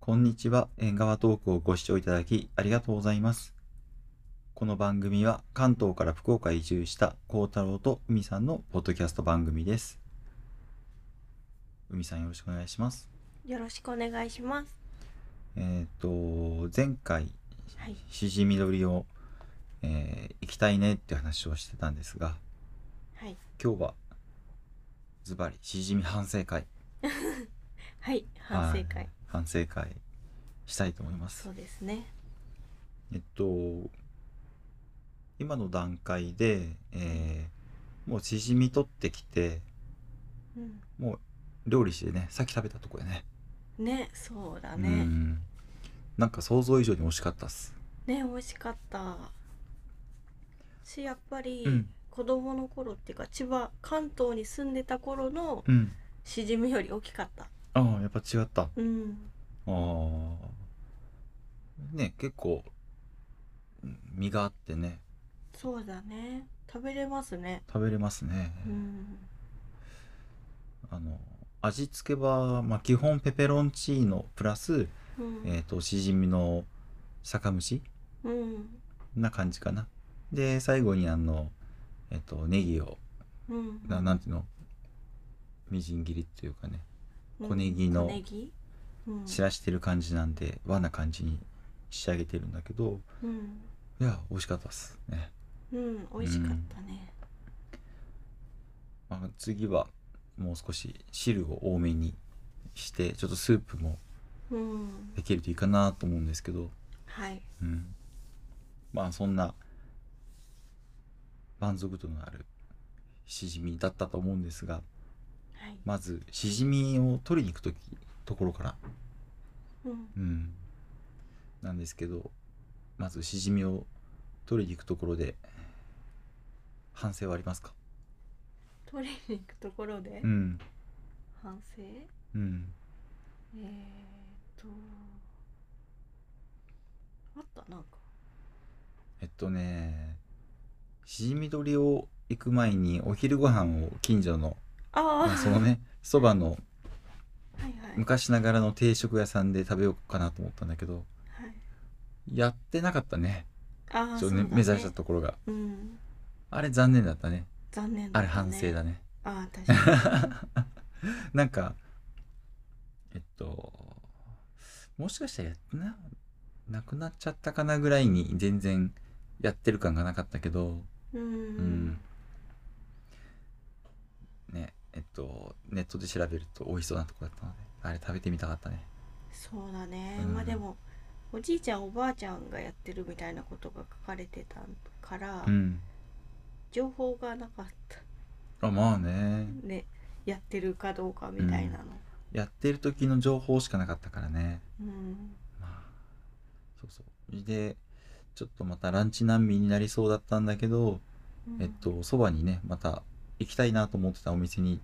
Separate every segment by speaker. Speaker 1: こんにちは、縁側トークをご視聴いただきありがとうございます。この番組は関東から福岡へ移住した幸太郎と海さんのポッドキャスト番組です。海さんよろしくお願いします。
Speaker 2: よろしくお願いします。
Speaker 1: えっ、と、前回、
Speaker 2: はい。
Speaker 1: しじみ取りを、えー行きたいねって話をしてたんですが、
Speaker 2: はい。
Speaker 1: 今日はズバリしじみ反省会。
Speaker 2: はい。反省
Speaker 1: は
Speaker 2: 会
Speaker 1: い。反省会したいと思います
Speaker 2: そう。ですね。
Speaker 1: えっと今の段階で、えーもうしじみ取ってきて
Speaker 2: うん。
Speaker 1: 料理してねさっき食べたとこやね
Speaker 2: ね、そうだ
Speaker 1: う
Speaker 2: ね。
Speaker 1: んなんか想像以上に美味しかったっす
Speaker 2: ね、美味しかった。し、やっぱり、
Speaker 1: うん
Speaker 2: 子供の頃っていうか、千葉、関東に住んでた頃の
Speaker 1: うん
Speaker 2: しじみより大きかった。
Speaker 1: ああやっぱ違ったあ
Speaker 2: うん。
Speaker 1: あね結構うん身があってね
Speaker 2: そうだね。食べれますね。
Speaker 1: 食べれますね、
Speaker 2: うん。
Speaker 1: あの味付けは、まあ、基本ペペロンチーノプラス、
Speaker 2: うん。
Speaker 1: えー、としじみの酒蒸し
Speaker 2: うん。
Speaker 1: な感じかな。で、最後にあの、えっと、ネギを、
Speaker 2: うん。
Speaker 1: ななんていうのみじん切りっていうかね、小ネギの
Speaker 2: 小ネギ。うん。
Speaker 1: 散らしてる感じなんで、和な感じに仕上げてるんだけど、
Speaker 2: うん。
Speaker 1: いや、美味しかったっすね。
Speaker 2: うん。美味しかったね。
Speaker 1: まあ、次は、もう少し汁を多めにして、ちょっとスープも
Speaker 2: うん。
Speaker 1: できるといいかなと思うんですけど、
Speaker 2: はい。
Speaker 1: うん。まあ、そんな、満足度のあるしじみだったと思うんですが、
Speaker 2: はい。
Speaker 1: まずしじみを取りに行く時ところから、
Speaker 2: うん。
Speaker 1: うん、なんですけどまずしじみを取りに行くところで反省はありますか
Speaker 2: 取りに行くところで
Speaker 1: うん
Speaker 2: 反省え
Speaker 1: うん
Speaker 2: ー、っとあったなんか
Speaker 1: えっとねしじみ取りを行く前にお昼ご飯を近所の
Speaker 2: ああ、
Speaker 1: まあそのねそばの
Speaker 2: はいはい
Speaker 1: 昔ながらの定食屋さんで食べようかなと思ったんだけど
Speaker 2: はい
Speaker 1: やってなかったね
Speaker 2: ああ
Speaker 1: ちょ
Speaker 2: そう
Speaker 1: っとね
Speaker 2: だね
Speaker 1: 目指したところが
Speaker 2: うん
Speaker 1: あれ残念だったね
Speaker 2: 残念
Speaker 1: あ
Speaker 2: だ
Speaker 1: れ
Speaker 2: った
Speaker 1: 反省だね
Speaker 2: ああ確かに
Speaker 1: なんかえっともしかしたらやってななくなっちゃったかなぐらいに全然やってる感がなかったけど う
Speaker 2: う
Speaker 1: んんねえっとネットで調べると美味しそうなとこだったのであれ食べてみたかったね
Speaker 2: そうだね、
Speaker 1: うん
Speaker 2: まあでもおじいちゃんおばあちゃんがやってるみたいなことが書かれてたから、
Speaker 1: うん
Speaker 2: 情報がなかった
Speaker 1: あまあね
Speaker 2: ねやってるかどうかみたいなの
Speaker 1: やってる時の情報しかなかったからね
Speaker 2: うん、
Speaker 1: まあそうそうでちょっとまたランチ難民になりそうだったんだけど
Speaker 2: うん
Speaker 1: えっと、そばにね、また行きたいなと思ってたお店に、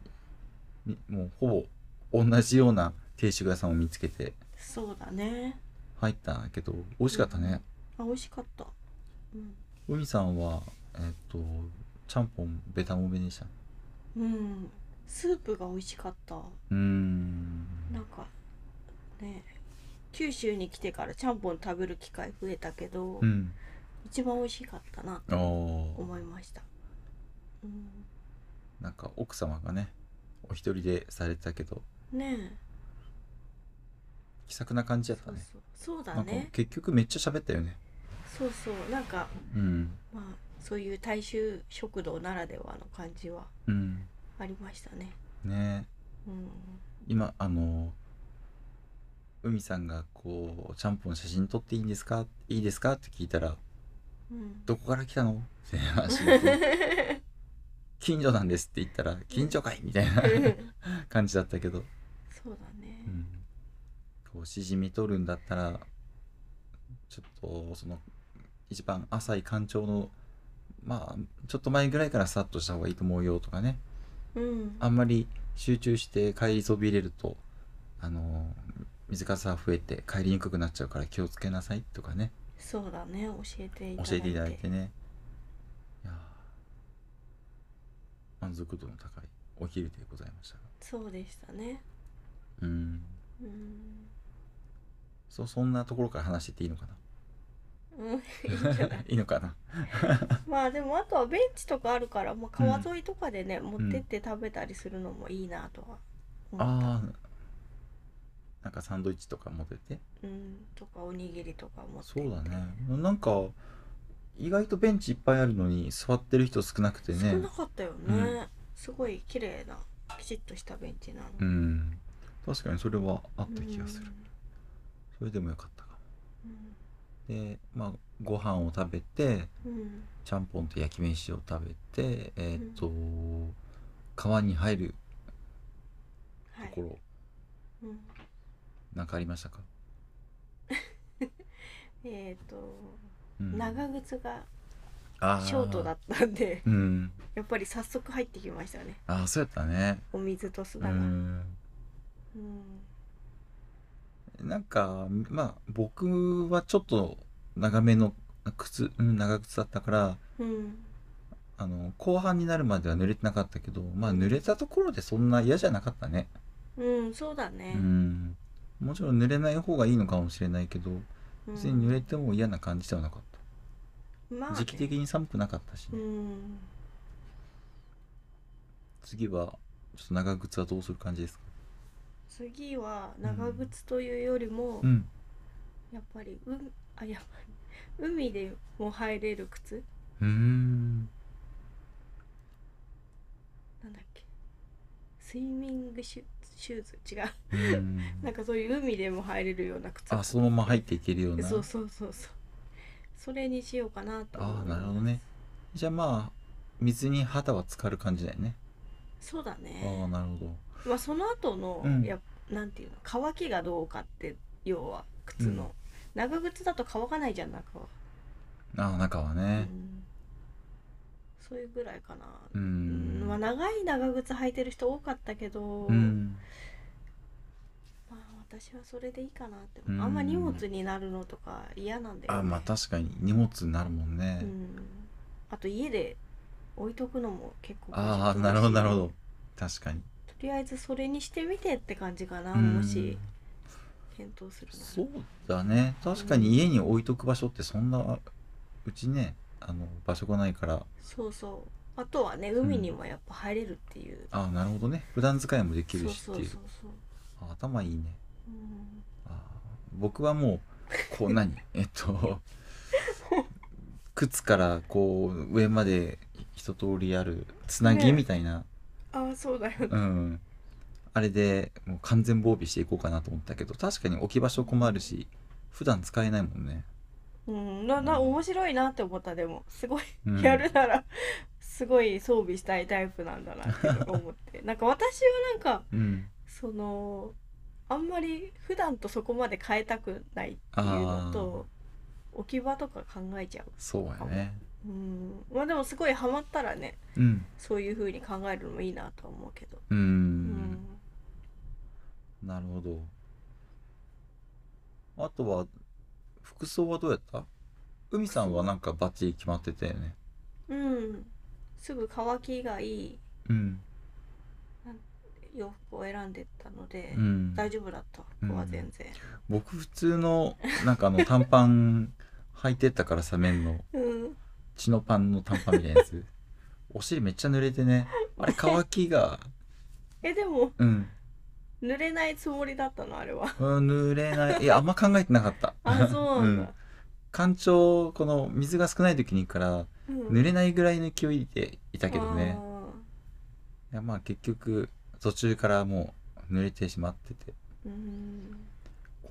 Speaker 1: にもうほぼ同じような定食屋さんを見つけて
Speaker 2: そうだね
Speaker 1: 入ったんだけど、美味しかったね。
Speaker 2: あ美味しかったうん
Speaker 1: 海さんは、えっと、ちゃんぽんベタもめでした。
Speaker 2: うん、スープが美味しかった
Speaker 1: うーん。
Speaker 2: なんかね九州に来てからちゃんぽん食べる機会増えたけど、
Speaker 1: うん。
Speaker 2: 一番美味しかったな
Speaker 1: あ
Speaker 2: と
Speaker 1: あ。
Speaker 2: 思いましたうん
Speaker 1: なんか奥様がね、お一人でされてたけど、
Speaker 2: ね
Speaker 1: 気さくな感じ
Speaker 2: え
Speaker 1: だっ
Speaker 2: そ
Speaker 1: た
Speaker 2: う
Speaker 1: ね。
Speaker 2: そうそうだ
Speaker 1: なんか
Speaker 2: ね
Speaker 1: 結局めっちゃ喋ったよね。
Speaker 2: そうそうなんか
Speaker 1: うん。
Speaker 2: まあそういう大衆食堂ならではの感じは
Speaker 1: うん。
Speaker 2: ありましたね
Speaker 1: ね
Speaker 2: うん
Speaker 1: 今あの海さんがこう「ちゃんぽん写真撮っていいんですかいいですか?」って聞いたら
Speaker 2: うん
Speaker 1: 「どこから来たの?」って話になって 近所なんです」って言ったら「近所かい?」みたいな感じだったけど、
Speaker 2: そうだね
Speaker 1: うん、こうしじみ撮るんだったらちょっとその一番浅い干潮のまあちょっと前ぐらいからスタートした方がいいと思うよとかね
Speaker 2: うん
Speaker 1: あんまり集中して帰りそびれると、あのー水かさが増えて帰りにくくなっちゃうから気をつけなさいとかね
Speaker 2: そうだね教えていただいて
Speaker 1: 教えていただいてねいやー満足度の高いお昼でございましたが
Speaker 2: そうでしたね
Speaker 1: うん
Speaker 2: うん
Speaker 1: そうそんなところから話してっていいのか
Speaker 2: うんいいんじゃな
Speaker 1: な
Speaker 2: い
Speaker 1: いいのかな
Speaker 2: まあでもあとはベンチとかあるから、まあ、川沿いとかでね、
Speaker 1: ん
Speaker 2: 持ってって食べたりするのもいいなとは思った、
Speaker 1: ああなんかサンドイッチとか持ってて
Speaker 2: うん、とかおにぎりとか持ってって
Speaker 1: そうだねなんか意外とベンチいっぱいあるのに座ってる人少なくて
Speaker 2: 少
Speaker 1: ね
Speaker 2: なかったよね、
Speaker 1: うん
Speaker 2: すごい綺麗なきちっとしたベンチなの、
Speaker 1: うん確かにそれはあった気がする
Speaker 2: うん
Speaker 1: それでもよかったかもでまあご飯を食べて
Speaker 2: うん
Speaker 1: ちゃんぽんと焼き飯を食べてえーっと、川に入る
Speaker 2: は
Speaker 1: と
Speaker 2: い
Speaker 1: ころ、
Speaker 2: うん
Speaker 1: なんかありましたか、
Speaker 2: えっ、と
Speaker 1: うん、
Speaker 2: 長靴が
Speaker 1: あ
Speaker 2: ショートだったんで
Speaker 1: うん
Speaker 2: やっぱり早速入ってきましたね
Speaker 1: ああそうやったね
Speaker 2: お水と砂
Speaker 1: う
Speaker 2: が、うん
Speaker 1: んなんかまあ僕はちょっと長めの靴、うん、長靴だったから
Speaker 2: うん
Speaker 1: あの後半になるまでは濡れてなかったけどまあ濡れたところでそんな嫌じゃなかったね
Speaker 2: うん、そうだ
Speaker 1: う
Speaker 2: ね、
Speaker 1: んもちろん濡れない方がいいのかもしれないけど
Speaker 2: うん
Speaker 1: 別に濡れても嫌な感じではなかった、
Speaker 2: まあね
Speaker 1: 時期的に寒くなかったし
Speaker 2: う
Speaker 1: ね、
Speaker 2: ん
Speaker 1: 次はちょっと長靴はどうする感じですか
Speaker 2: 次は長靴というよりも、
Speaker 1: うん
Speaker 2: やっぱりうあやっぱり海でも入れる靴
Speaker 1: うーん
Speaker 2: なんだっけスイミングシュシューズ違う
Speaker 1: うーん
Speaker 2: なんかそういう海でも入れるような靴
Speaker 1: あそのまま入っていけるような
Speaker 2: そうそうそうそうそれにしようかなと
Speaker 1: ああ
Speaker 2: 思い
Speaker 1: な
Speaker 2: ます
Speaker 1: るほどねじゃあまあ水に肌は浸かる感じだよね、
Speaker 2: そうだ
Speaker 1: ああ
Speaker 2: ね
Speaker 1: なるほど
Speaker 2: まあその後の、
Speaker 1: うん
Speaker 2: やっなんていうの乾きがどうかって要は靴の、長靴だと乾かないじゃん中は、
Speaker 1: ああ中は
Speaker 2: う
Speaker 1: ね
Speaker 2: ん、そういうぐらいかな
Speaker 1: うーん
Speaker 2: うんまあ、長い長靴履いてる人多かったけど、
Speaker 1: うん
Speaker 2: まあ、私はそれでいいかなって、
Speaker 1: うん
Speaker 2: あんま荷物になるのとか嫌なんだよ、ね、
Speaker 1: あまあ確かに荷物になるもんね、
Speaker 2: うん、あと家で置いとくのも結構
Speaker 1: ああなるほどなるほ
Speaker 2: ど
Speaker 1: ど確かに
Speaker 2: とりあえずそれにしてみてって感じかな、
Speaker 1: うん
Speaker 2: もし検討するなら
Speaker 1: そうだね確かに家に置いとく場所ってそんなうちねあの場所がないから
Speaker 2: そうそうあとはね海にもやっぱ入れるっていう、
Speaker 1: ああなるほどね普段使いもできるし
Speaker 2: そ
Speaker 1: っ
Speaker 2: う
Speaker 1: て
Speaker 2: そう
Speaker 1: いう
Speaker 2: そうそう、
Speaker 1: あ頭いいね
Speaker 2: うん、
Speaker 1: あー僕はもう こう何えっと靴からこう上まで一通りあるつなぎ
Speaker 2: ね
Speaker 1: みたいな、
Speaker 2: ああそうだよね
Speaker 1: うんあれでもう完全防備していこうかなと思ったけど確かに置き場所困るし普段使えないもんね、
Speaker 2: うんなな面白いなって思ったでもすごい
Speaker 1: うん
Speaker 2: やるならすごい装備したいタイプなんだなって思って なんか私はなんか
Speaker 1: うん
Speaker 2: そのあんまり普段とそこまで変えたくないっていうのと置き場とか考えちゃう
Speaker 1: そうやね
Speaker 2: うんまあでもすごいハマったらね
Speaker 1: うん
Speaker 2: そういう風に考えるのもいいなとは思うけど
Speaker 1: うん
Speaker 2: うん、
Speaker 1: なるほどあとは服装はどうやった海さんはなんかバッチリ決まってたよね
Speaker 2: うん、すぐ乾きがいい
Speaker 1: うん
Speaker 2: 洋服を選んでったので、
Speaker 1: うん
Speaker 2: 大丈夫だったここは全然
Speaker 1: 僕普通のなんかあの短パン履いてったからさ麺の
Speaker 2: うん
Speaker 1: 血のパンの短パンみたいなや つお尻めっちゃ濡れてねあれ乾きが
Speaker 2: えでも
Speaker 1: うん
Speaker 2: 濡れないつもりだったのあ れは
Speaker 1: うん濡れないいやあんま考えてなかった
Speaker 2: あそうなんだ、
Speaker 1: 干潮この水が少ない時にいいから
Speaker 2: うん
Speaker 1: 濡れないぐらいの勢いでいたけどね
Speaker 2: あ
Speaker 1: いやまあ結局途中からもう濡れてしまってて
Speaker 2: ーうん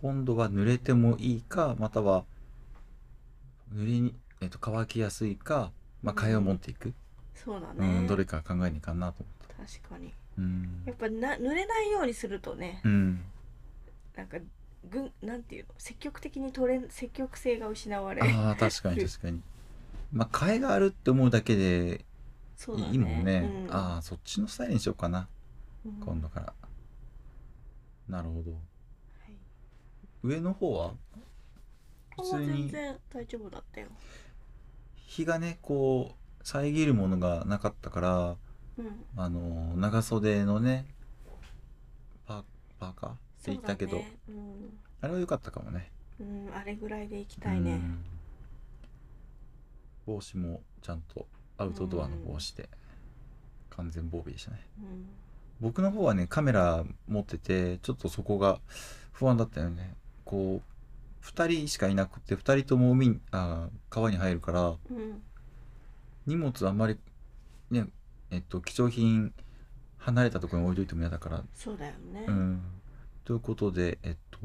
Speaker 1: 今度は濡れてもいいかまたは濡れに、えっと、乾きやすいか、まあ、替えを持っていく、
Speaker 2: そうだ
Speaker 1: う
Speaker 2: ね、
Speaker 1: んどれか考えにいかんなと思った
Speaker 2: 確かに
Speaker 1: うん
Speaker 2: やっぱな濡れないようにするとね
Speaker 1: うん
Speaker 2: なんかぐんなんていうの積極的に取れ積極性が失われ
Speaker 1: ああ確 かに確かにまあ替えがあるって思うだけで
Speaker 2: そう
Speaker 1: い
Speaker 2: だね
Speaker 1: いいもんね
Speaker 2: うん、
Speaker 1: ああそっちのスタイルにしようかな
Speaker 2: うん
Speaker 1: 今度から、なるほど
Speaker 2: はい
Speaker 1: 上の方は
Speaker 2: あ
Speaker 1: 普通
Speaker 2: 全
Speaker 1: に
Speaker 2: 然大丈夫だったよ、
Speaker 1: 日がねこう遮るものがなかったから
Speaker 2: うん、
Speaker 1: あの長袖のねパパーカーって
Speaker 2: そう
Speaker 1: 言ったけど、
Speaker 2: だねうん
Speaker 1: あれは良かったかもね
Speaker 2: うんあれぐらいで行きたいね
Speaker 1: うん帽子もちゃんとアウトドアの帽子で完全防備でしたね
Speaker 2: うん
Speaker 1: 僕の方はねカメラ持っててちょっとそこが不安だったよねこう2人しかいなくて2人とも海にあー川に入るから
Speaker 2: うん
Speaker 1: 荷物あんまりねえっと貴重品離れたところに置いといても嫌だから
Speaker 2: そうだよね
Speaker 1: うんということでえっと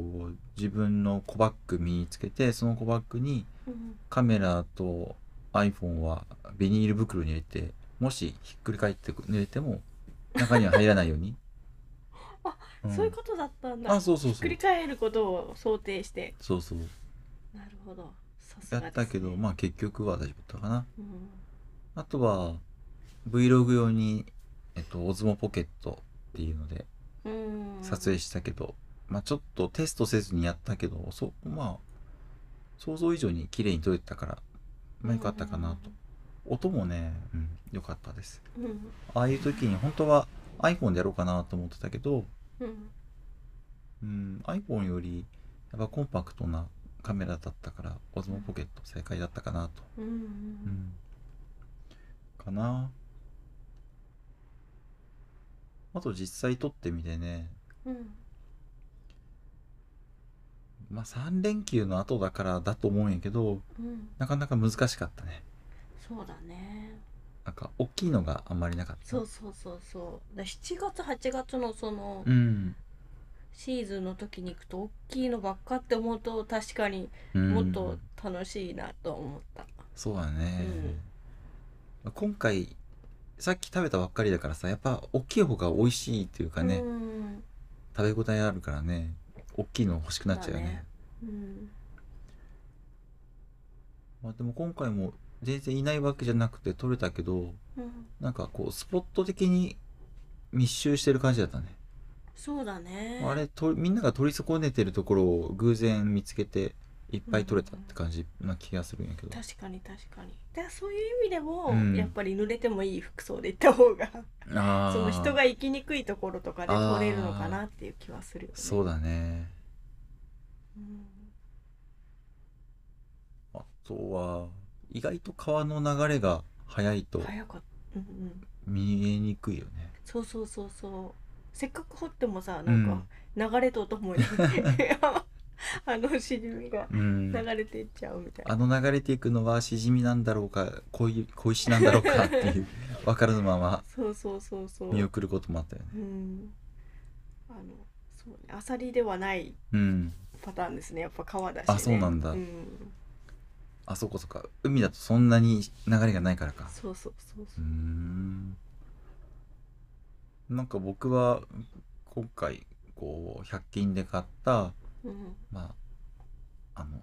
Speaker 1: 自分の小バッグ身につけてその小バッグに
Speaker 2: うん
Speaker 1: カメラと iPhone はビニール袋に入れてもしひっくり返って濡れても中には入らないように
Speaker 2: あ、
Speaker 1: ん
Speaker 2: そういうことだったんだ
Speaker 1: あそうそう
Speaker 2: ひっ
Speaker 1: そ
Speaker 2: く
Speaker 1: う
Speaker 2: り返ることを想定して
Speaker 1: そうそう
Speaker 2: なるほどさす
Speaker 1: や
Speaker 2: が
Speaker 1: ったけど、
Speaker 2: ですね
Speaker 1: まあ結局は大丈夫だったかな
Speaker 2: うん
Speaker 1: あとは Vlog 用にえっとオズモポケットっていうので
Speaker 2: うん
Speaker 1: 撮影したけど、まあちょっとテストせずにやったけどそまあ想像以上に綺麗に撮れてたからまあよかったかなと、音もね、うん、よかったです
Speaker 2: うんうん
Speaker 1: ああいう時に本当は iPhone でやろうかなと思ってたけど、
Speaker 2: うん
Speaker 1: うん、iPhone よりやっぱコンパクトなカメラだったからオズモポケット正解だったかなと、
Speaker 2: うんうん
Speaker 1: うん、かなあと実際撮ってみてね
Speaker 2: うん
Speaker 1: まあ3連休の後だからだと思うんやけど
Speaker 2: うん
Speaker 1: なかなか難しかったね
Speaker 2: そうだね
Speaker 1: なんか大きいのがあんまりなかった
Speaker 2: そうそうそうそうだ7月8月のその
Speaker 1: うん、
Speaker 2: シーズンの時に行くと大きいのばっかって思うと確かに
Speaker 1: うん、
Speaker 2: もっと楽しいなと思った
Speaker 1: そうだね、今回さっき食べたばっかりだからさやっぱ大きい方が美味しいっていうかね、
Speaker 2: うん
Speaker 1: 食べ応えあるからね大きいの欲しくなっちゃうよね
Speaker 2: そうだねうん
Speaker 1: まあ、でも今回も全然いないわけじゃなくて取れたけど
Speaker 2: うん
Speaker 1: なんかこうスポット的に密集してる感じだったね、
Speaker 2: そうだね
Speaker 1: あれとみんなが取り損ねてるところを偶然見つけていっぱい取れたって感じな気がするんやけど、
Speaker 2: 確かに確かにでそういう意味でも、
Speaker 1: うん
Speaker 2: やっぱり濡れてもいい服装で行った方が
Speaker 1: ああ
Speaker 2: その人が行きにくいところとかで取れるのかなっていう気はするよね
Speaker 1: そうだね
Speaker 2: うん
Speaker 1: あとは意外と川の流れが速いと
Speaker 2: 早かった、うんうん、
Speaker 1: 見えにくいよね
Speaker 2: そうそうそうそうせっかく掘ってもさなんか流れとともに、 あのしじみが
Speaker 1: うん
Speaker 2: 流れていっちゃうみたいな、
Speaker 1: あの流れていくのはしじみなんだろうか小い小石なんだろうかっていう 分からぬまま
Speaker 2: そうそうそうそう
Speaker 1: 見送ることもあったよね
Speaker 2: うんあのそうねアサリではない
Speaker 1: うん
Speaker 2: パターンですねやっぱ川だし、ね、
Speaker 1: あそうなんだ
Speaker 2: ん
Speaker 1: あそこそっか海だとそんなに流れがないからか
Speaker 2: そうそうそう
Speaker 1: う
Speaker 2: そ
Speaker 1: ー
Speaker 2: うん
Speaker 1: なんか僕は今回こう100均で買った
Speaker 2: うん
Speaker 1: まああの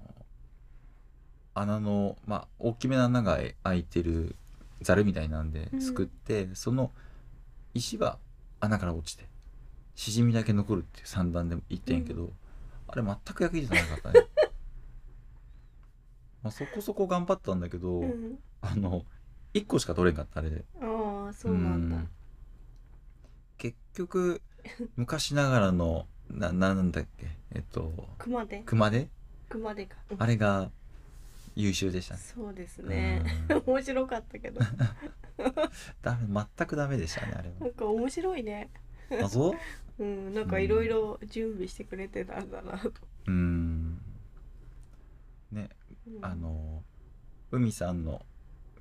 Speaker 1: 穴の、まあ、大きめな穴が開いてるざるみたいなんで
Speaker 2: うん
Speaker 1: 作って、その石は穴から落ちてしじみだけ残るっていう三段で言ってんやけど、あれ全く役に立たなかったね まあそこそこ頑張ったんだけど、
Speaker 2: うん
Speaker 1: あの1個しか取れんかったあれで
Speaker 2: ああそうなんだ
Speaker 1: うん結 局昔ながらのななんだっけえっと
Speaker 2: 熊手
Speaker 1: 熊手
Speaker 2: 熊手かうん
Speaker 1: あれが優秀でしたね。
Speaker 2: そうですね
Speaker 1: うん
Speaker 2: 面白かったけど
Speaker 1: ダメ全くダメでしたねあれ
Speaker 2: なんか面白いね
Speaker 1: は。あそう？
Speaker 2: うんなんかいろいろ準備してくれてたんだなと、
Speaker 1: うーん。ね
Speaker 2: うん
Speaker 1: あの海さんの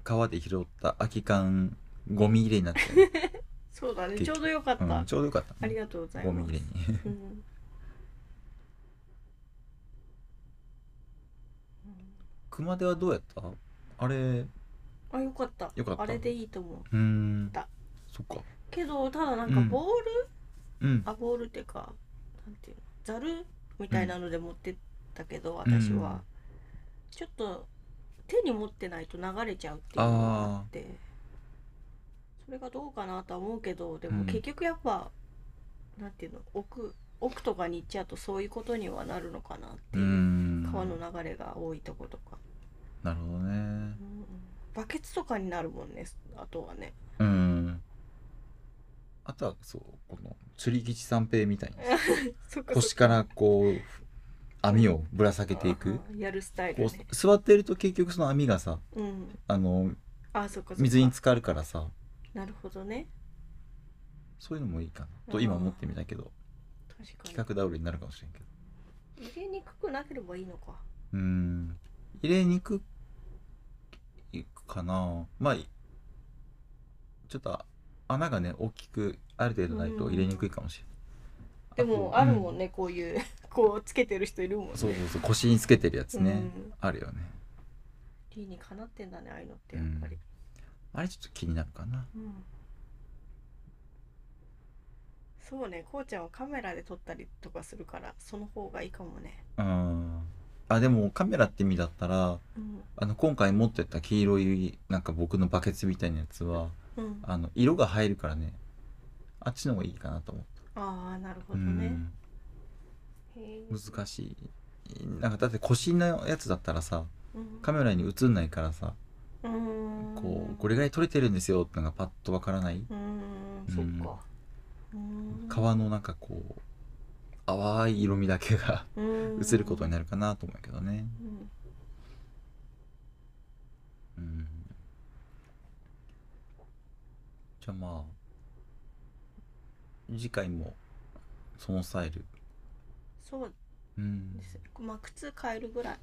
Speaker 1: 川で拾った空き缶ゴミ入れになって る、
Speaker 2: そうだね
Speaker 1: 結
Speaker 2: ちょうどよかった、
Speaker 1: うん、ちょうどよかった、
Speaker 2: ありがとうござい
Speaker 1: ゴ
Speaker 2: ます
Speaker 1: ミ入れに。
Speaker 2: うん
Speaker 1: 熊手はどうやった？あれ
Speaker 2: あよかった
Speaker 1: よかった
Speaker 2: あれでいいと思う
Speaker 1: うーん
Speaker 2: だ。
Speaker 1: そっか。
Speaker 2: けどただなんかボール、
Speaker 1: うん。
Speaker 2: あボールっていうかなんていうのざるみたいなので持ってったけど、私
Speaker 1: うん
Speaker 2: はちょっと手に持ってないと流れちゃうっていうのがあってそれがどうかなとは思うけどで
Speaker 1: う
Speaker 2: も
Speaker 1: ん
Speaker 2: 結局やっぱ、なんていうの奥奥とかに行っちゃうとそういうことにはなるのかなって
Speaker 1: うー
Speaker 2: いう、
Speaker 1: ん。
Speaker 2: 川の流れが多いとことか、
Speaker 1: なるほどね
Speaker 2: う。んうんバケツとかになるもんねあとはね
Speaker 1: うん。あと はそうこの釣り吉三平みたいな。
Speaker 2: そっかそっ
Speaker 1: 腰からこう網をぶら下げていく
Speaker 2: あーやるスタイル
Speaker 1: こ
Speaker 2: ね
Speaker 1: う座ってると結局その網がさ
Speaker 2: うん
Speaker 1: あの
Speaker 2: あそっかそっか
Speaker 1: 水に浸かるからさ
Speaker 2: なるほどね
Speaker 1: そういうのもいいかな
Speaker 2: う
Speaker 1: と
Speaker 2: ん
Speaker 1: 今思ってみたけど
Speaker 2: 確か
Speaker 1: 企画倒れになるかもしれんけど
Speaker 2: に入れにくくなければいいのか
Speaker 1: うーん入れにくいかなまあいちょっと穴がね大きくある程度ないと入れにくいかもし
Speaker 2: で
Speaker 1: れない
Speaker 2: もあるも
Speaker 1: ね、
Speaker 2: んね、こういう こうつけてる人いるもん
Speaker 1: う
Speaker 2: ね
Speaker 1: んそうそうそう腰につけてるやつね、
Speaker 2: うん
Speaker 1: あるよね
Speaker 2: 理にかなってんだねああいうのってやっぱり、
Speaker 1: あれちょっと気になるかな
Speaker 2: うんそうねこうちゃんはカメラで撮ったりとかするからその方がいいかもね、
Speaker 1: うんあでもカメラって意味だったら
Speaker 2: うん
Speaker 1: あの今回持ってった黄色いなんか僕のバケツみたいなやつは
Speaker 2: うん、あ
Speaker 1: あの色が入るからねあっちの方がいいかなと思った
Speaker 2: あーなるほ
Speaker 1: う
Speaker 2: どね、
Speaker 1: ん
Speaker 2: へえ
Speaker 1: 難しいなんかだって腰のやつだったらさ
Speaker 2: うん
Speaker 1: カメラに映んないからさ
Speaker 2: うーん
Speaker 1: こうこれぐらい撮れてるんですよってのがパッとわからないう
Speaker 2: ーんそっかうーん
Speaker 1: 皮のなんかこう淡い色味だけが
Speaker 2: うーん
Speaker 1: 映ることになるかなと思うけどね
Speaker 2: うん
Speaker 1: うんじゃあまあ次回もそのスタイル
Speaker 2: そう
Speaker 1: うん
Speaker 2: ですまあ靴変えるぐらい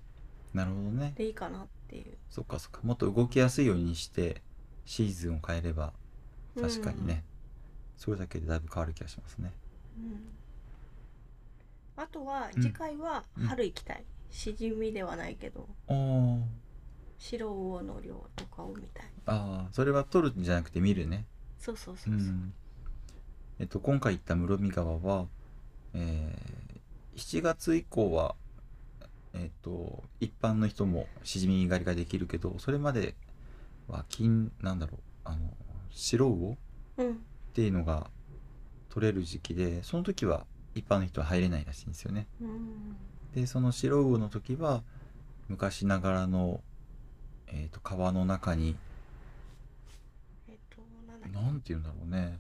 Speaker 1: なるほどね
Speaker 2: でいいかなっていう
Speaker 1: そっかそっかもっと動きやすいようにしてシーズンを変えれば確かにね、それだけでだいぶ変わる気がしますね
Speaker 2: うんあとは
Speaker 1: うん
Speaker 2: 次回は
Speaker 1: うん
Speaker 2: 春行きたい、しじみではないけど
Speaker 1: あー
Speaker 2: 白魚の量とかを見たい
Speaker 1: あーそれは撮るんじゃなくて見るね
Speaker 2: そうそうそううそう、
Speaker 1: んえっと今回行った室見川は、えー7月以降はえっと一般の人もしじみ狩りができるけどそれまでは金なんだろうあの白魚
Speaker 2: うん
Speaker 1: っていうのが取れる時期でその時は一般の人は入れないらしいんですよね
Speaker 2: うん
Speaker 1: でその白魚の時は昔ながらの、えー、と川の中に
Speaker 2: えっとなんだっ
Speaker 1: 何て言うんだろうね、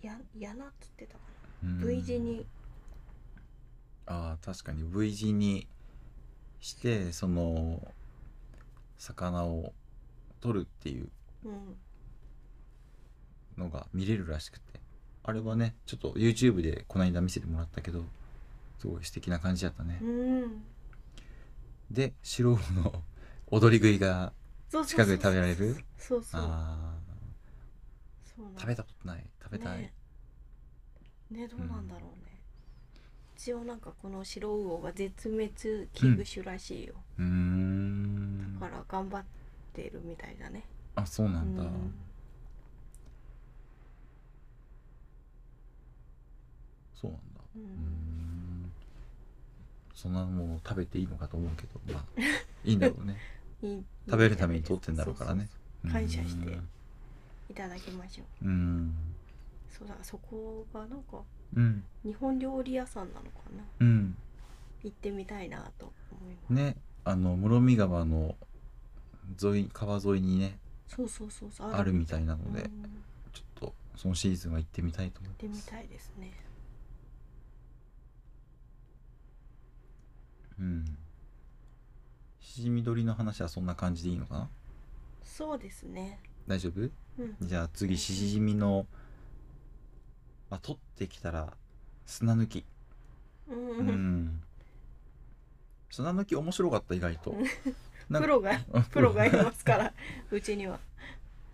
Speaker 2: けややなっつってたか
Speaker 1: う
Speaker 2: な、
Speaker 1: ん
Speaker 2: V 字に
Speaker 1: あー確かに V 字にしてその魚を取るっていう
Speaker 2: うん
Speaker 1: のが見れるらしくてあれはねちょっと YouTube でこの間見せてもらったけどすごい素敵な感じだったね、
Speaker 2: うん
Speaker 1: で白魚の 踊り食いが
Speaker 2: そうそう
Speaker 1: 近く
Speaker 2: そう
Speaker 1: で食べられる
Speaker 2: そうそう
Speaker 1: あ
Speaker 2: そうなん
Speaker 1: ー食べたことない食べたい、
Speaker 2: ねえねえどうなんだろうね、一応なんかこの白魚が絶滅危惧種らしいよ、
Speaker 1: うーん
Speaker 2: だから頑張ってるみたいだね
Speaker 1: あそうなんだ、
Speaker 2: うん
Speaker 1: そうなんだ
Speaker 2: う
Speaker 1: うー
Speaker 2: ん
Speaker 1: んそんなもの食べていいのかと思うけ どまあいいんだろうね
Speaker 2: いい
Speaker 1: 食べるために取ってんだろうからね
Speaker 2: そそう 感謝して
Speaker 1: う
Speaker 2: そうそういただきましょう
Speaker 1: ーん
Speaker 2: そうだそこがなんか
Speaker 1: うん
Speaker 2: 日本料理屋さんなのかな
Speaker 1: うん
Speaker 2: 行ってみたいなと思います、
Speaker 1: ねあの室見川の沿い川沿いにね
Speaker 2: そうそうそうそう
Speaker 1: あるみたいなの
Speaker 2: う
Speaker 1: で
Speaker 2: ん行
Speaker 1: ちょっとそのシーズンは行ってみたいと思い
Speaker 2: って
Speaker 1: ま
Speaker 2: み
Speaker 1: す
Speaker 2: たいですね
Speaker 1: うんしじみ取りの話はそんな感じでいいのかな
Speaker 2: そうですね
Speaker 1: 大丈夫
Speaker 2: うん
Speaker 1: じゃあ次しじみの、まあ、取ってきたら砂抜き
Speaker 2: うん
Speaker 1: う、ん砂抜き面白かった意外と
Speaker 2: うん
Speaker 1: なん
Speaker 2: プ
Speaker 1: か
Speaker 2: ロがプロがいますからうちには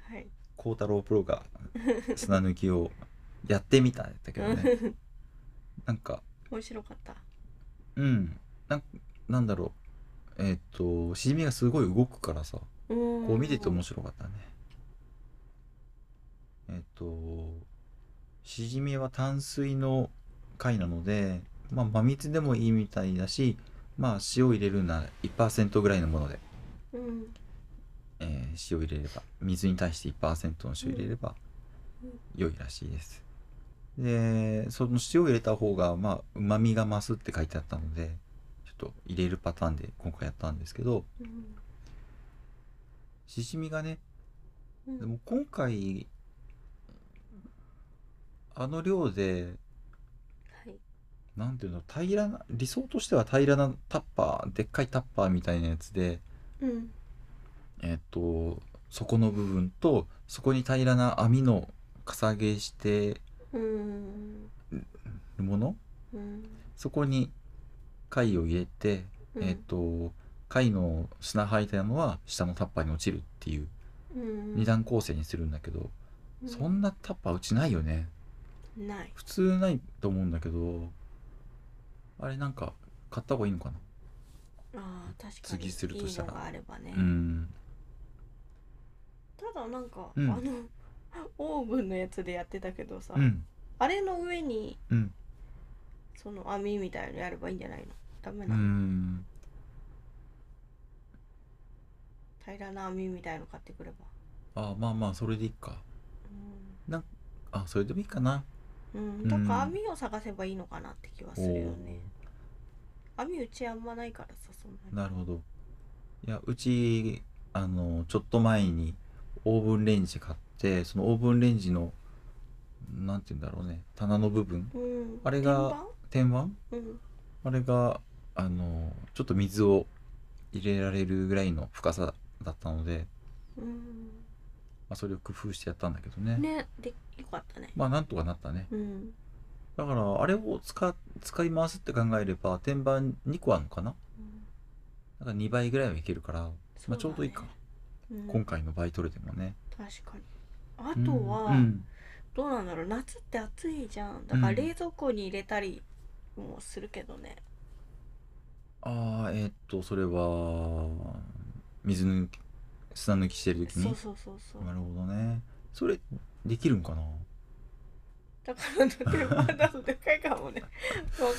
Speaker 2: はい
Speaker 1: 孝太郎プロが砂抜きをやってみたんだけどね
Speaker 2: うん
Speaker 1: なんか
Speaker 2: 面白かった
Speaker 1: うんなんなんだろうえーっ、としじみがすごい動くからさ
Speaker 2: こ
Speaker 1: こう見てて面白
Speaker 2: 白
Speaker 1: かったねえーっ、としじみは淡水の貝なのでまあ真水でもいいみたいだしまあ塩入れるなら1%ぐらいのもので
Speaker 2: い、うん
Speaker 1: えー塩入れれば水に対して1%の塩入れれば
Speaker 2: うんうん
Speaker 1: 良いらしいですでその塩を入れた方がまあうまみが増すって書いてあったのでちょっと入れるパターンで今回やったんですけど
Speaker 2: うん
Speaker 1: しじみがね
Speaker 2: うん、
Speaker 1: でも今回あの量で
Speaker 2: はい
Speaker 1: なんていうの平らな理想としては平らなタッパーでっかいタッパーみたいなやつで
Speaker 2: うん
Speaker 1: えっと底の部分とそこに平らな網のかさげして
Speaker 2: うん
Speaker 1: るもの
Speaker 2: うん
Speaker 1: そこに貝を入れて、
Speaker 2: うん
Speaker 1: えっと貝の砂入ったのは下のタッパーに落ちるっていう
Speaker 2: うん
Speaker 1: 二段構成にするんだけど、
Speaker 2: うん
Speaker 1: そんなタッパーうちないよね
Speaker 2: ない
Speaker 1: 普通ないと思うんだけどあれなんか買った方がいいのかな
Speaker 2: あー確かに
Speaker 1: 次するとしたら
Speaker 2: いいのがあればね、
Speaker 1: うん
Speaker 2: ただなんか、
Speaker 1: うん
Speaker 2: あのオーブンのやつでやってたけどさ、
Speaker 1: うん
Speaker 2: あれの上に
Speaker 1: うん
Speaker 2: その網みたいのやればいいんじゃないのダメ
Speaker 1: う
Speaker 2: なの、
Speaker 1: ん
Speaker 2: 平らな網みたいの買ってくれば
Speaker 1: あまあまあそれでいいかあそれでもいいかな
Speaker 2: うん、
Speaker 1: う
Speaker 2: うんん、だから網を探せばいいのかなって気はするよね網うちあんまないからさそん
Speaker 1: おー
Speaker 2: な
Speaker 1: なるほどいやうちあのちょっと前にオーブンレンジ買ってそのオーブンレンジのなんて言うんだろうね棚の部分
Speaker 2: にうん
Speaker 1: あれが天板
Speaker 2: 天板うん
Speaker 1: あれがあのちょっと水を入れられるぐらいの深さだったので、
Speaker 2: うん
Speaker 1: まあ、それを工夫してやったんだけどね
Speaker 2: ねでよかったね
Speaker 1: まあなんとかなったね
Speaker 2: うん
Speaker 1: だからあれを使使い回すって考えれば天板2個あるのかな
Speaker 2: うん
Speaker 1: だから2倍ぐらいはいけるから、
Speaker 2: そ
Speaker 1: まあ、
Speaker 2: だね
Speaker 1: ちょうどいいか、
Speaker 2: うん、
Speaker 1: 今回のバイトルでもね
Speaker 2: 確かにあとは、
Speaker 1: うん
Speaker 2: どうなんだろう夏って暑いじゃんだか
Speaker 1: う
Speaker 2: ら
Speaker 1: ん
Speaker 2: 冷蔵庫に入れたりもするけどね、
Speaker 1: ああえーっとそれは水抜き砂抜きしてる時
Speaker 2: そう
Speaker 1: に
Speaker 2: そうそうそう
Speaker 1: なるほどねそれできるんかな
Speaker 2: だから手間だとでかいかも ねわ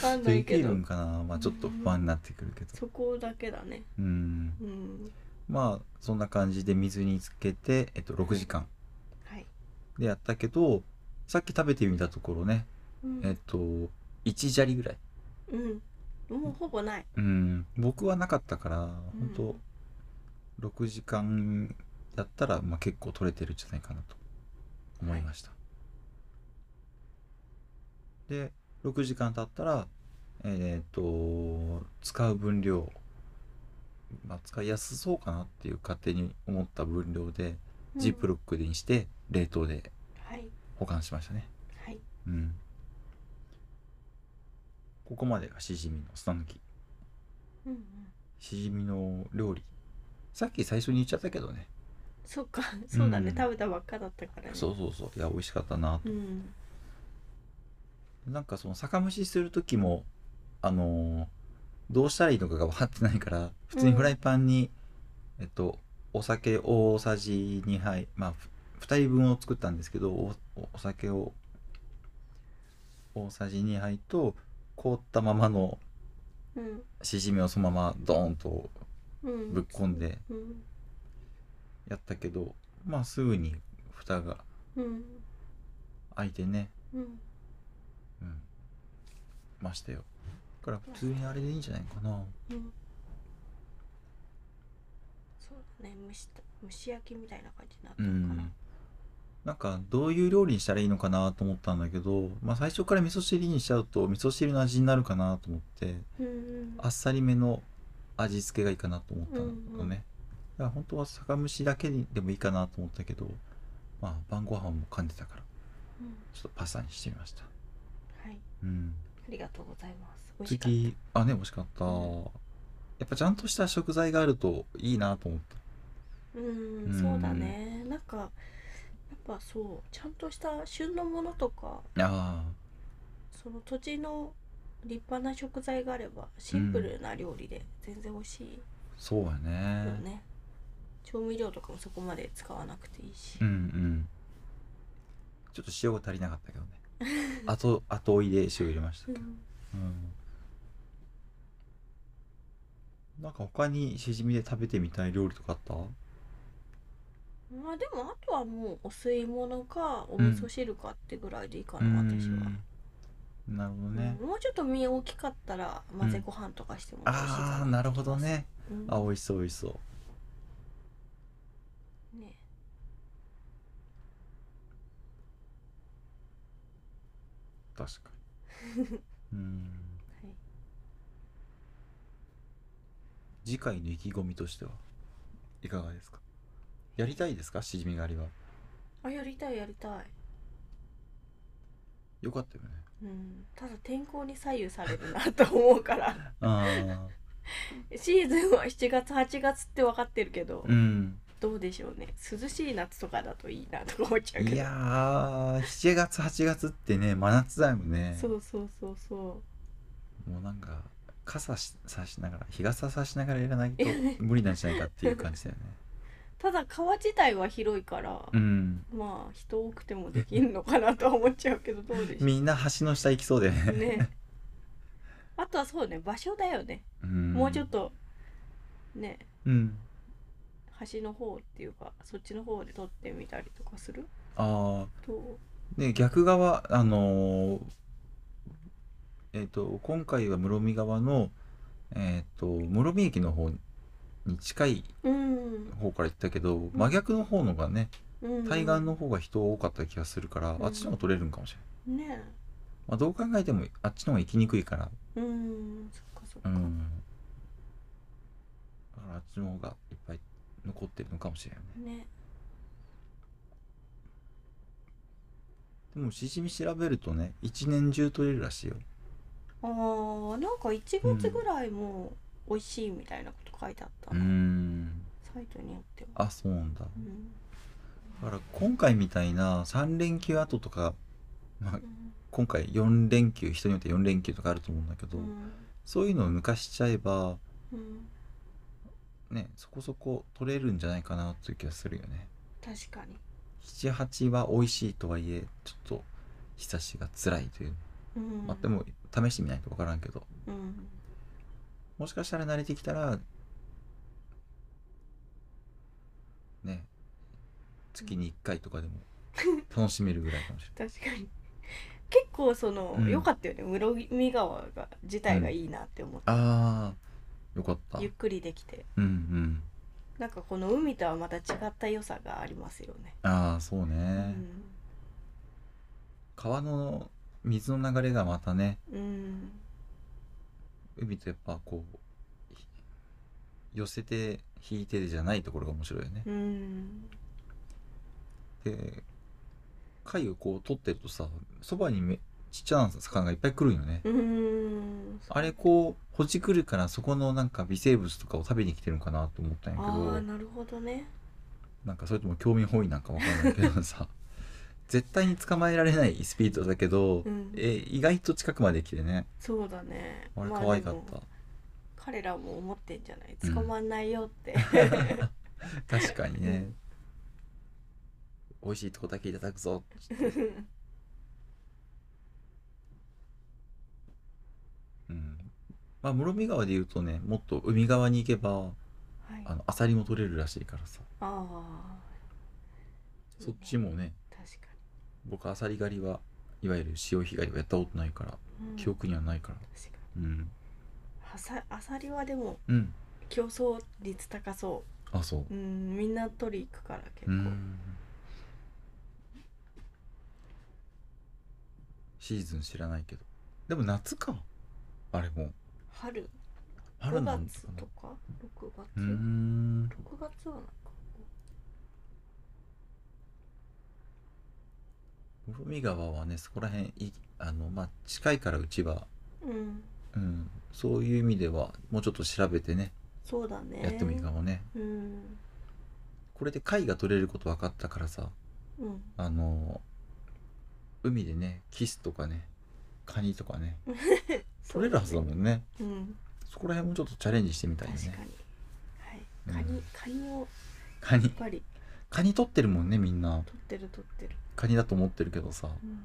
Speaker 2: かんな
Speaker 1: で
Speaker 2: い
Speaker 1: き
Speaker 2: け
Speaker 1: る
Speaker 2: ど
Speaker 1: んかなまあちょっと不安になってくるけど
Speaker 2: そこだけだね
Speaker 1: うん
Speaker 2: うん
Speaker 1: まあそんな感じで水につけて、えっと、6時間
Speaker 2: はい、
Speaker 1: でやったけどさっき食べてみたところね
Speaker 2: うん
Speaker 1: えっと1砂利ぐらい
Speaker 2: うん、もうほぼない
Speaker 1: うん僕はなかったから
Speaker 2: うん
Speaker 1: 本当6時間だったら、まあ、結構取れてるんじゃないかなと思いました、で6時間経ったらえっ、と使う分量、まあ、使いやすそうかなっていう勝手に思った分量でジップロックにして冷凍で
Speaker 2: うんはい
Speaker 1: 保管しましたね
Speaker 2: はい
Speaker 1: うんここまでがしじみの砂抜き
Speaker 2: うんうん
Speaker 1: しじみの料理さっき最初に言っちゃったけどね
Speaker 2: そっか そうだね、
Speaker 1: うん
Speaker 2: 食べたばっかだったからね
Speaker 1: そうそうそういや美味しかったなと、
Speaker 2: うん
Speaker 1: なんかその酒蒸しする時もあのーどうしたらいいのかが分かってないから普通にフライパンに、えっとお酒大さじ2杯まあ2人分を作ったんですけどおおお酒を大さじ2杯と凍ったままの
Speaker 2: うん
Speaker 1: しじみをそのままドーンと
Speaker 2: うん
Speaker 1: ぶっこんで
Speaker 2: うん
Speaker 1: やったけどまあすぐに蓋が
Speaker 2: うん
Speaker 1: 開いてね
Speaker 2: うん
Speaker 1: うんましたよだから普通にあれでいいんじゃないかな
Speaker 2: うんそうだね蒸した蒸し焼きみたいな感じになった
Speaker 1: う
Speaker 2: のかな、
Speaker 1: んなんかどういう料理にしたらいいのかなと思ったんだけど、まあ、最初から味噌汁にしちゃうと味噌汁の味になるかなと思って
Speaker 2: うんうん
Speaker 1: あっさりめの味付けがいいかなと思ったの
Speaker 2: うんうん
Speaker 1: ね、だから本当は酒蒸しだけでもいいかなと思ったけどまあ晩ご飯も噛んでたから
Speaker 2: うん
Speaker 1: ちょっとパスタにしてみました
Speaker 2: はい
Speaker 1: うん
Speaker 2: ありがとうございます美味しかっ
Speaker 1: 次あね美味しかった、
Speaker 2: うん
Speaker 1: やっぱちゃんとした食材があるといいなと思った
Speaker 2: たうん、
Speaker 1: うん
Speaker 2: そうだねなんかやっぱそうちゃんとした旬のものとか
Speaker 1: あ
Speaker 2: その土地の立派な食材があればシンプルな料理で全然美味しい
Speaker 1: あそうやね
Speaker 2: よね、調味料とかもそこまで使わなくていいし、
Speaker 1: うんうんちょっと塩が足りなかったけど ね後後追いで塩入れましたけど、
Speaker 2: うん
Speaker 1: うんなんか他にしじみで食べてみたい料理とかあった
Speaker 2: まあでもあとはもうお吸い物かお味噌汁かってぐらいでいいかな、私は、
Speaker 1: うんなるほどね、
Speaker 2: うんもうちょっと身大きかったら混ぜご飯とかしても美味しいか
Speaker 1: ああ
Speaker 2: な、
Speaker 1: なるほどね
Speaker 2: うん
Speaker 1: あ美味しそう美味しそう
Speaker 2: ね
Speaker 1: 確かに うん次回の意気込みとしてはいかがですかやりたいですかしじみ狩りは
Speaker 2: あやりたいやりたい
Speaker 1: よかったよね
Speaker 2: うんただ天候に左右されるなと思うから
Speaker 1: ああ
Speaker 2: シーズンは7月8月って分かってるけど、
Speaker 1: うん
Speaker 2: どうでしょうね涼しい夏とかだといいなとか思っちゃうけど
Speaker 1: いやー7月8月ってね真夏だよね
Speaker 2: そうそうそうそ
Speaker 1: もうなんか傘し差しながら日傘差しながらやらない と無理なんじゃないかっていう感じだよね
Speaker 2: うただ川自体は広いから、
Speaker 1: うん
Speaker 2: まあ人多くてもできるのかなとは思っちゃうけどどうでしょ
Speaker 1: みんな橋の下行きそうだよ
Speaker 2: う
Speaker 1: ね
Speaker 2: ね あとはそうね場所だよね、
Speaker 1: うん
Speaker 2: もうちょっとね
Speaker 1: うん
Speaker 2: 橋の方っていうかそっちの方で撮ってみたりとかする
Speaker 1: ああ
Speaker 2: と
Speaker 1: で逆側あのーえっ、と今回は室見側のえっ、と室見駅の方に近い
Speaker 2: うん、
Speaker 1: 方から行ったけど真逆の方のがね
Speaker 2: うん、
Speaker 1: 対岸の方が人多かった気がするから、
Speaker 2: うん
Speaker 1: あっちの方が取れるんかもしれない、
Speaker 2: ね
Speaker 1: まあ、どう考えてもあっちの方が行きにくいから
Speaker 2: うんそっかそっ
Speaker 1: う
Speaker 2: か、
Speaker 1: んだからあっちの方がいっぱい残ってるのかもしれないね
Speaker 2: ね
Speaker 1: でもしじみ調べるとね一年中取れるらしいよ
Speaker 2: あーなんか1月ぐらいも美味しいみたいなこと書いてあった
Speaker 1: う
Speaker 2: な、
Speaker 1: ん
Speaker 2: サイトによっては、
Speaker 1: あそうなんだ
Speaker 2: うん
Speaker 1: だから今回みたいな3連休後とか、まあ
Speaker 2: う、ん
Speaker 1: 今回4連休人によって4連休とかあると思うんだけど、
Speaker 2: うん
Speaker 1: そういうのを抜かしちゃえば
Speaker 2: うん、
Speaker 1: ねそこそこ取れるんじゃないかなという気がするよね
Speaker 2: 確かに
Speaker 1: 78は美味しいとはいえちょっと日差しが辛いという、
Speaker 2: うん
Speaker 1: まあ、でも試してみないと分からんけど
Speaker 2: うん
Speaker 1: もしかしたら慣れてきたらね月に1回とか でも楽しめるぐらいかもしれない
Speaker 2: 確かに結構その
Speaker 1: うん
Speaker 2: 良、かったよね室見川が自体がいいなって思って、
Speaker 1: ああよかった
Speaker 2: ゆっくりできて
Speaker 1: うんうん
Speaker 2: なんかこの海とはまた違った良さがありますよね、
Speaker 1: ああそうね、
Speaker 2: うん
Speaker 1: 川の水の流れがまたね
Speaker 2: うん
Speaker 1: 海とやっぱこうひ寄せて引いてじゃないところが面白いよね
Speaker 2: う、ん
Speaker 1: で貝をこう取ってるとさそばにめちっちゃな魚がいっぱい来るんよね、
Speaker 2: うん
Speaker 1: あれこうほじくるからそこのなんか微生物とかを食べに来てるのかなと思ったんやけ
Speaker 2: ああ
Speaker 1: ど
Speaker 2: なるほどね
Speaker 1: なんかそれとも興味本位なんかわからないけど さ絶対に捕まえられないスピードだけど、
Speaker 2: うん
Speaker 1: え意外と近くまで来てね
Speaker 2: そうだね
Speaker 1: あれ
Speaker 2: まあ
Speaker 1: 可愛かっ
Speaker 2: でも彼らも思ってんじゃない捕まんないよって、
Speaker 1: た、確かにね美味しいとこだけいただくぞ うんまあ室見川で言うとねもっと海側に行けば
Speaker 2: はい
Speaker 1: あのアサリも取れるらしいからさ
Speaker 2: ああ
Speaker 1: そっちもね
Speaker 2: 確か
Speaker 1: 僕アサリ狩りはいわゆる潮干狩りはやったことないから
Speaker 2: に、うん
Speaker 1: 記憶にはないから
Speaker 2: 確かに
Speaker 1: うん
Speaker 2: あさあさりはでも
Speaker 1: うん
Speaker 2: 競争率高そ
Speaker 1: あそう
Speaker 2: ううんみんな取り行くから結
Speaker 1: う
Speaker 2: 構、
Speaker 1: んシーズン知らないけどでも夏かあれも
Speaker 2: 春
Speaker 1: 春
Speaker 2: 5
Speaker 1: なんです
Speaker 2: 月
Speaker 1: かね
Speaker 2: とか6月、
Speaker 1: うー
Speaker 2: 六
Speaker 1: ん
Speaker 2: 6月はなんか
Speaker 1: 室見川はねそこら辺いあのまあ近いからうちは、
Speaker 2: うん
Speaker 1: うん、そういう意味ではもうちょっと調べてね
Speaker 2: そうだね
Speaker 1: やってもいいかもね、
Speaker 2: うん
Speaker 1: これで貝が取れること分かったからさ
Speaker 2: うん
Speaker 1: あの海でねキスとかねカニとかね取れるはずだもんね
Speaker 2: うん
Speaker 1: そこら辺もちょっとチャレンジしてみたいよ
Speaker 2: 確か
Speaker 1: ね
Speaker 2: にはい
Speaker 1: うん
Speaker 2: カニ、カニを
Speaker 1: カ
Speaker 2: や
Speaker 1: ニ
Speaker 2: っぱり
Speaker 1: カニ取ってるもんねみんな
Speaker 2: 取ってる取ってる、
Speaker 1: カニだと思ってるけどさ
Speaker 2: うん、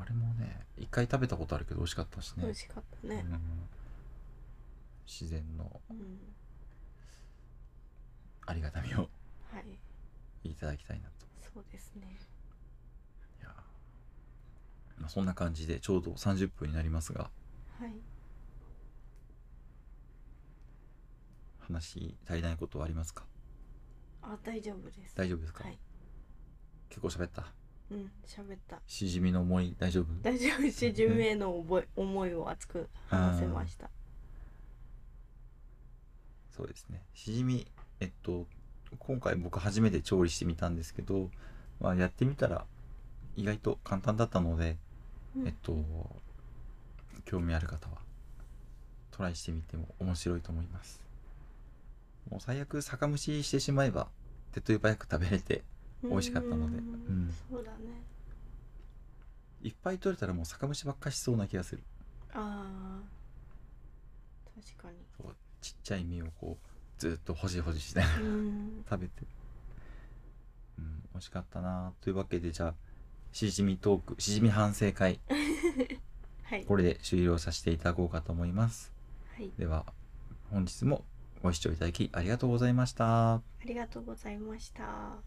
Speaker 1: あれもね一回食べたことあるけど美味しかったし
Speaker 2: 美
Speaker 1: ね
Speaker 2: 味しかったね
Speaker 1: うん、自然の
Speaker 2: うん、
Speaker 1: ありがたみを
Speaker 2: はい
Speaker 1: いただきたいなと
Speaker 2: そうですね
Speaker 1: いやーまあ、そんな感じでちょうど30分になりますが
Speaker 2: はい
Speaker 1: 話し足りないことはありますか
Speaker 2: あ大丈夫です
Speaker 1: 大丈夫ですか、
Speaker 2: はい
Speaker 1: 結構喋った
Speaker 2: うん喋った
Speaker 1: しじみの思い大丈夫
Speaker 2: 大丈夫し純明の思い思いを熱く話せました
Speaker 1: そうですねしじみえっと今回僕初めて調理してみたんですけど、まあ、やってみたら意外と簡単だったので、
Speaker 2: うん
Speaker 1: えっと興味ある方はトライしてみても面白いと思いますもう最悪酒蒸ししてしまえば手っ取り早く食べれて美味しかったので、
Speaker 2: う
Speaker 1: うんん、
Speaker 2: そうだね
Speaker 1: いっぱい取れたらもう酒蒸しばっかしそうな気がする
Speaker 2: あー確かに
Speaker 1: ちっちゃい身をこうずっとほじほじしながら
Speaker 2: うん
Speaker 1: 食べてうん美味しかったなというわけでじゃあしじみトークしじみ反省会
Speaker 2: はい
Speaker 1: これで終了させていただこうかと思います
Speaker 2: はい
Speaker 1: では本日もご視聴いただきありがとうございました
Speaker 2: ありがとうございました。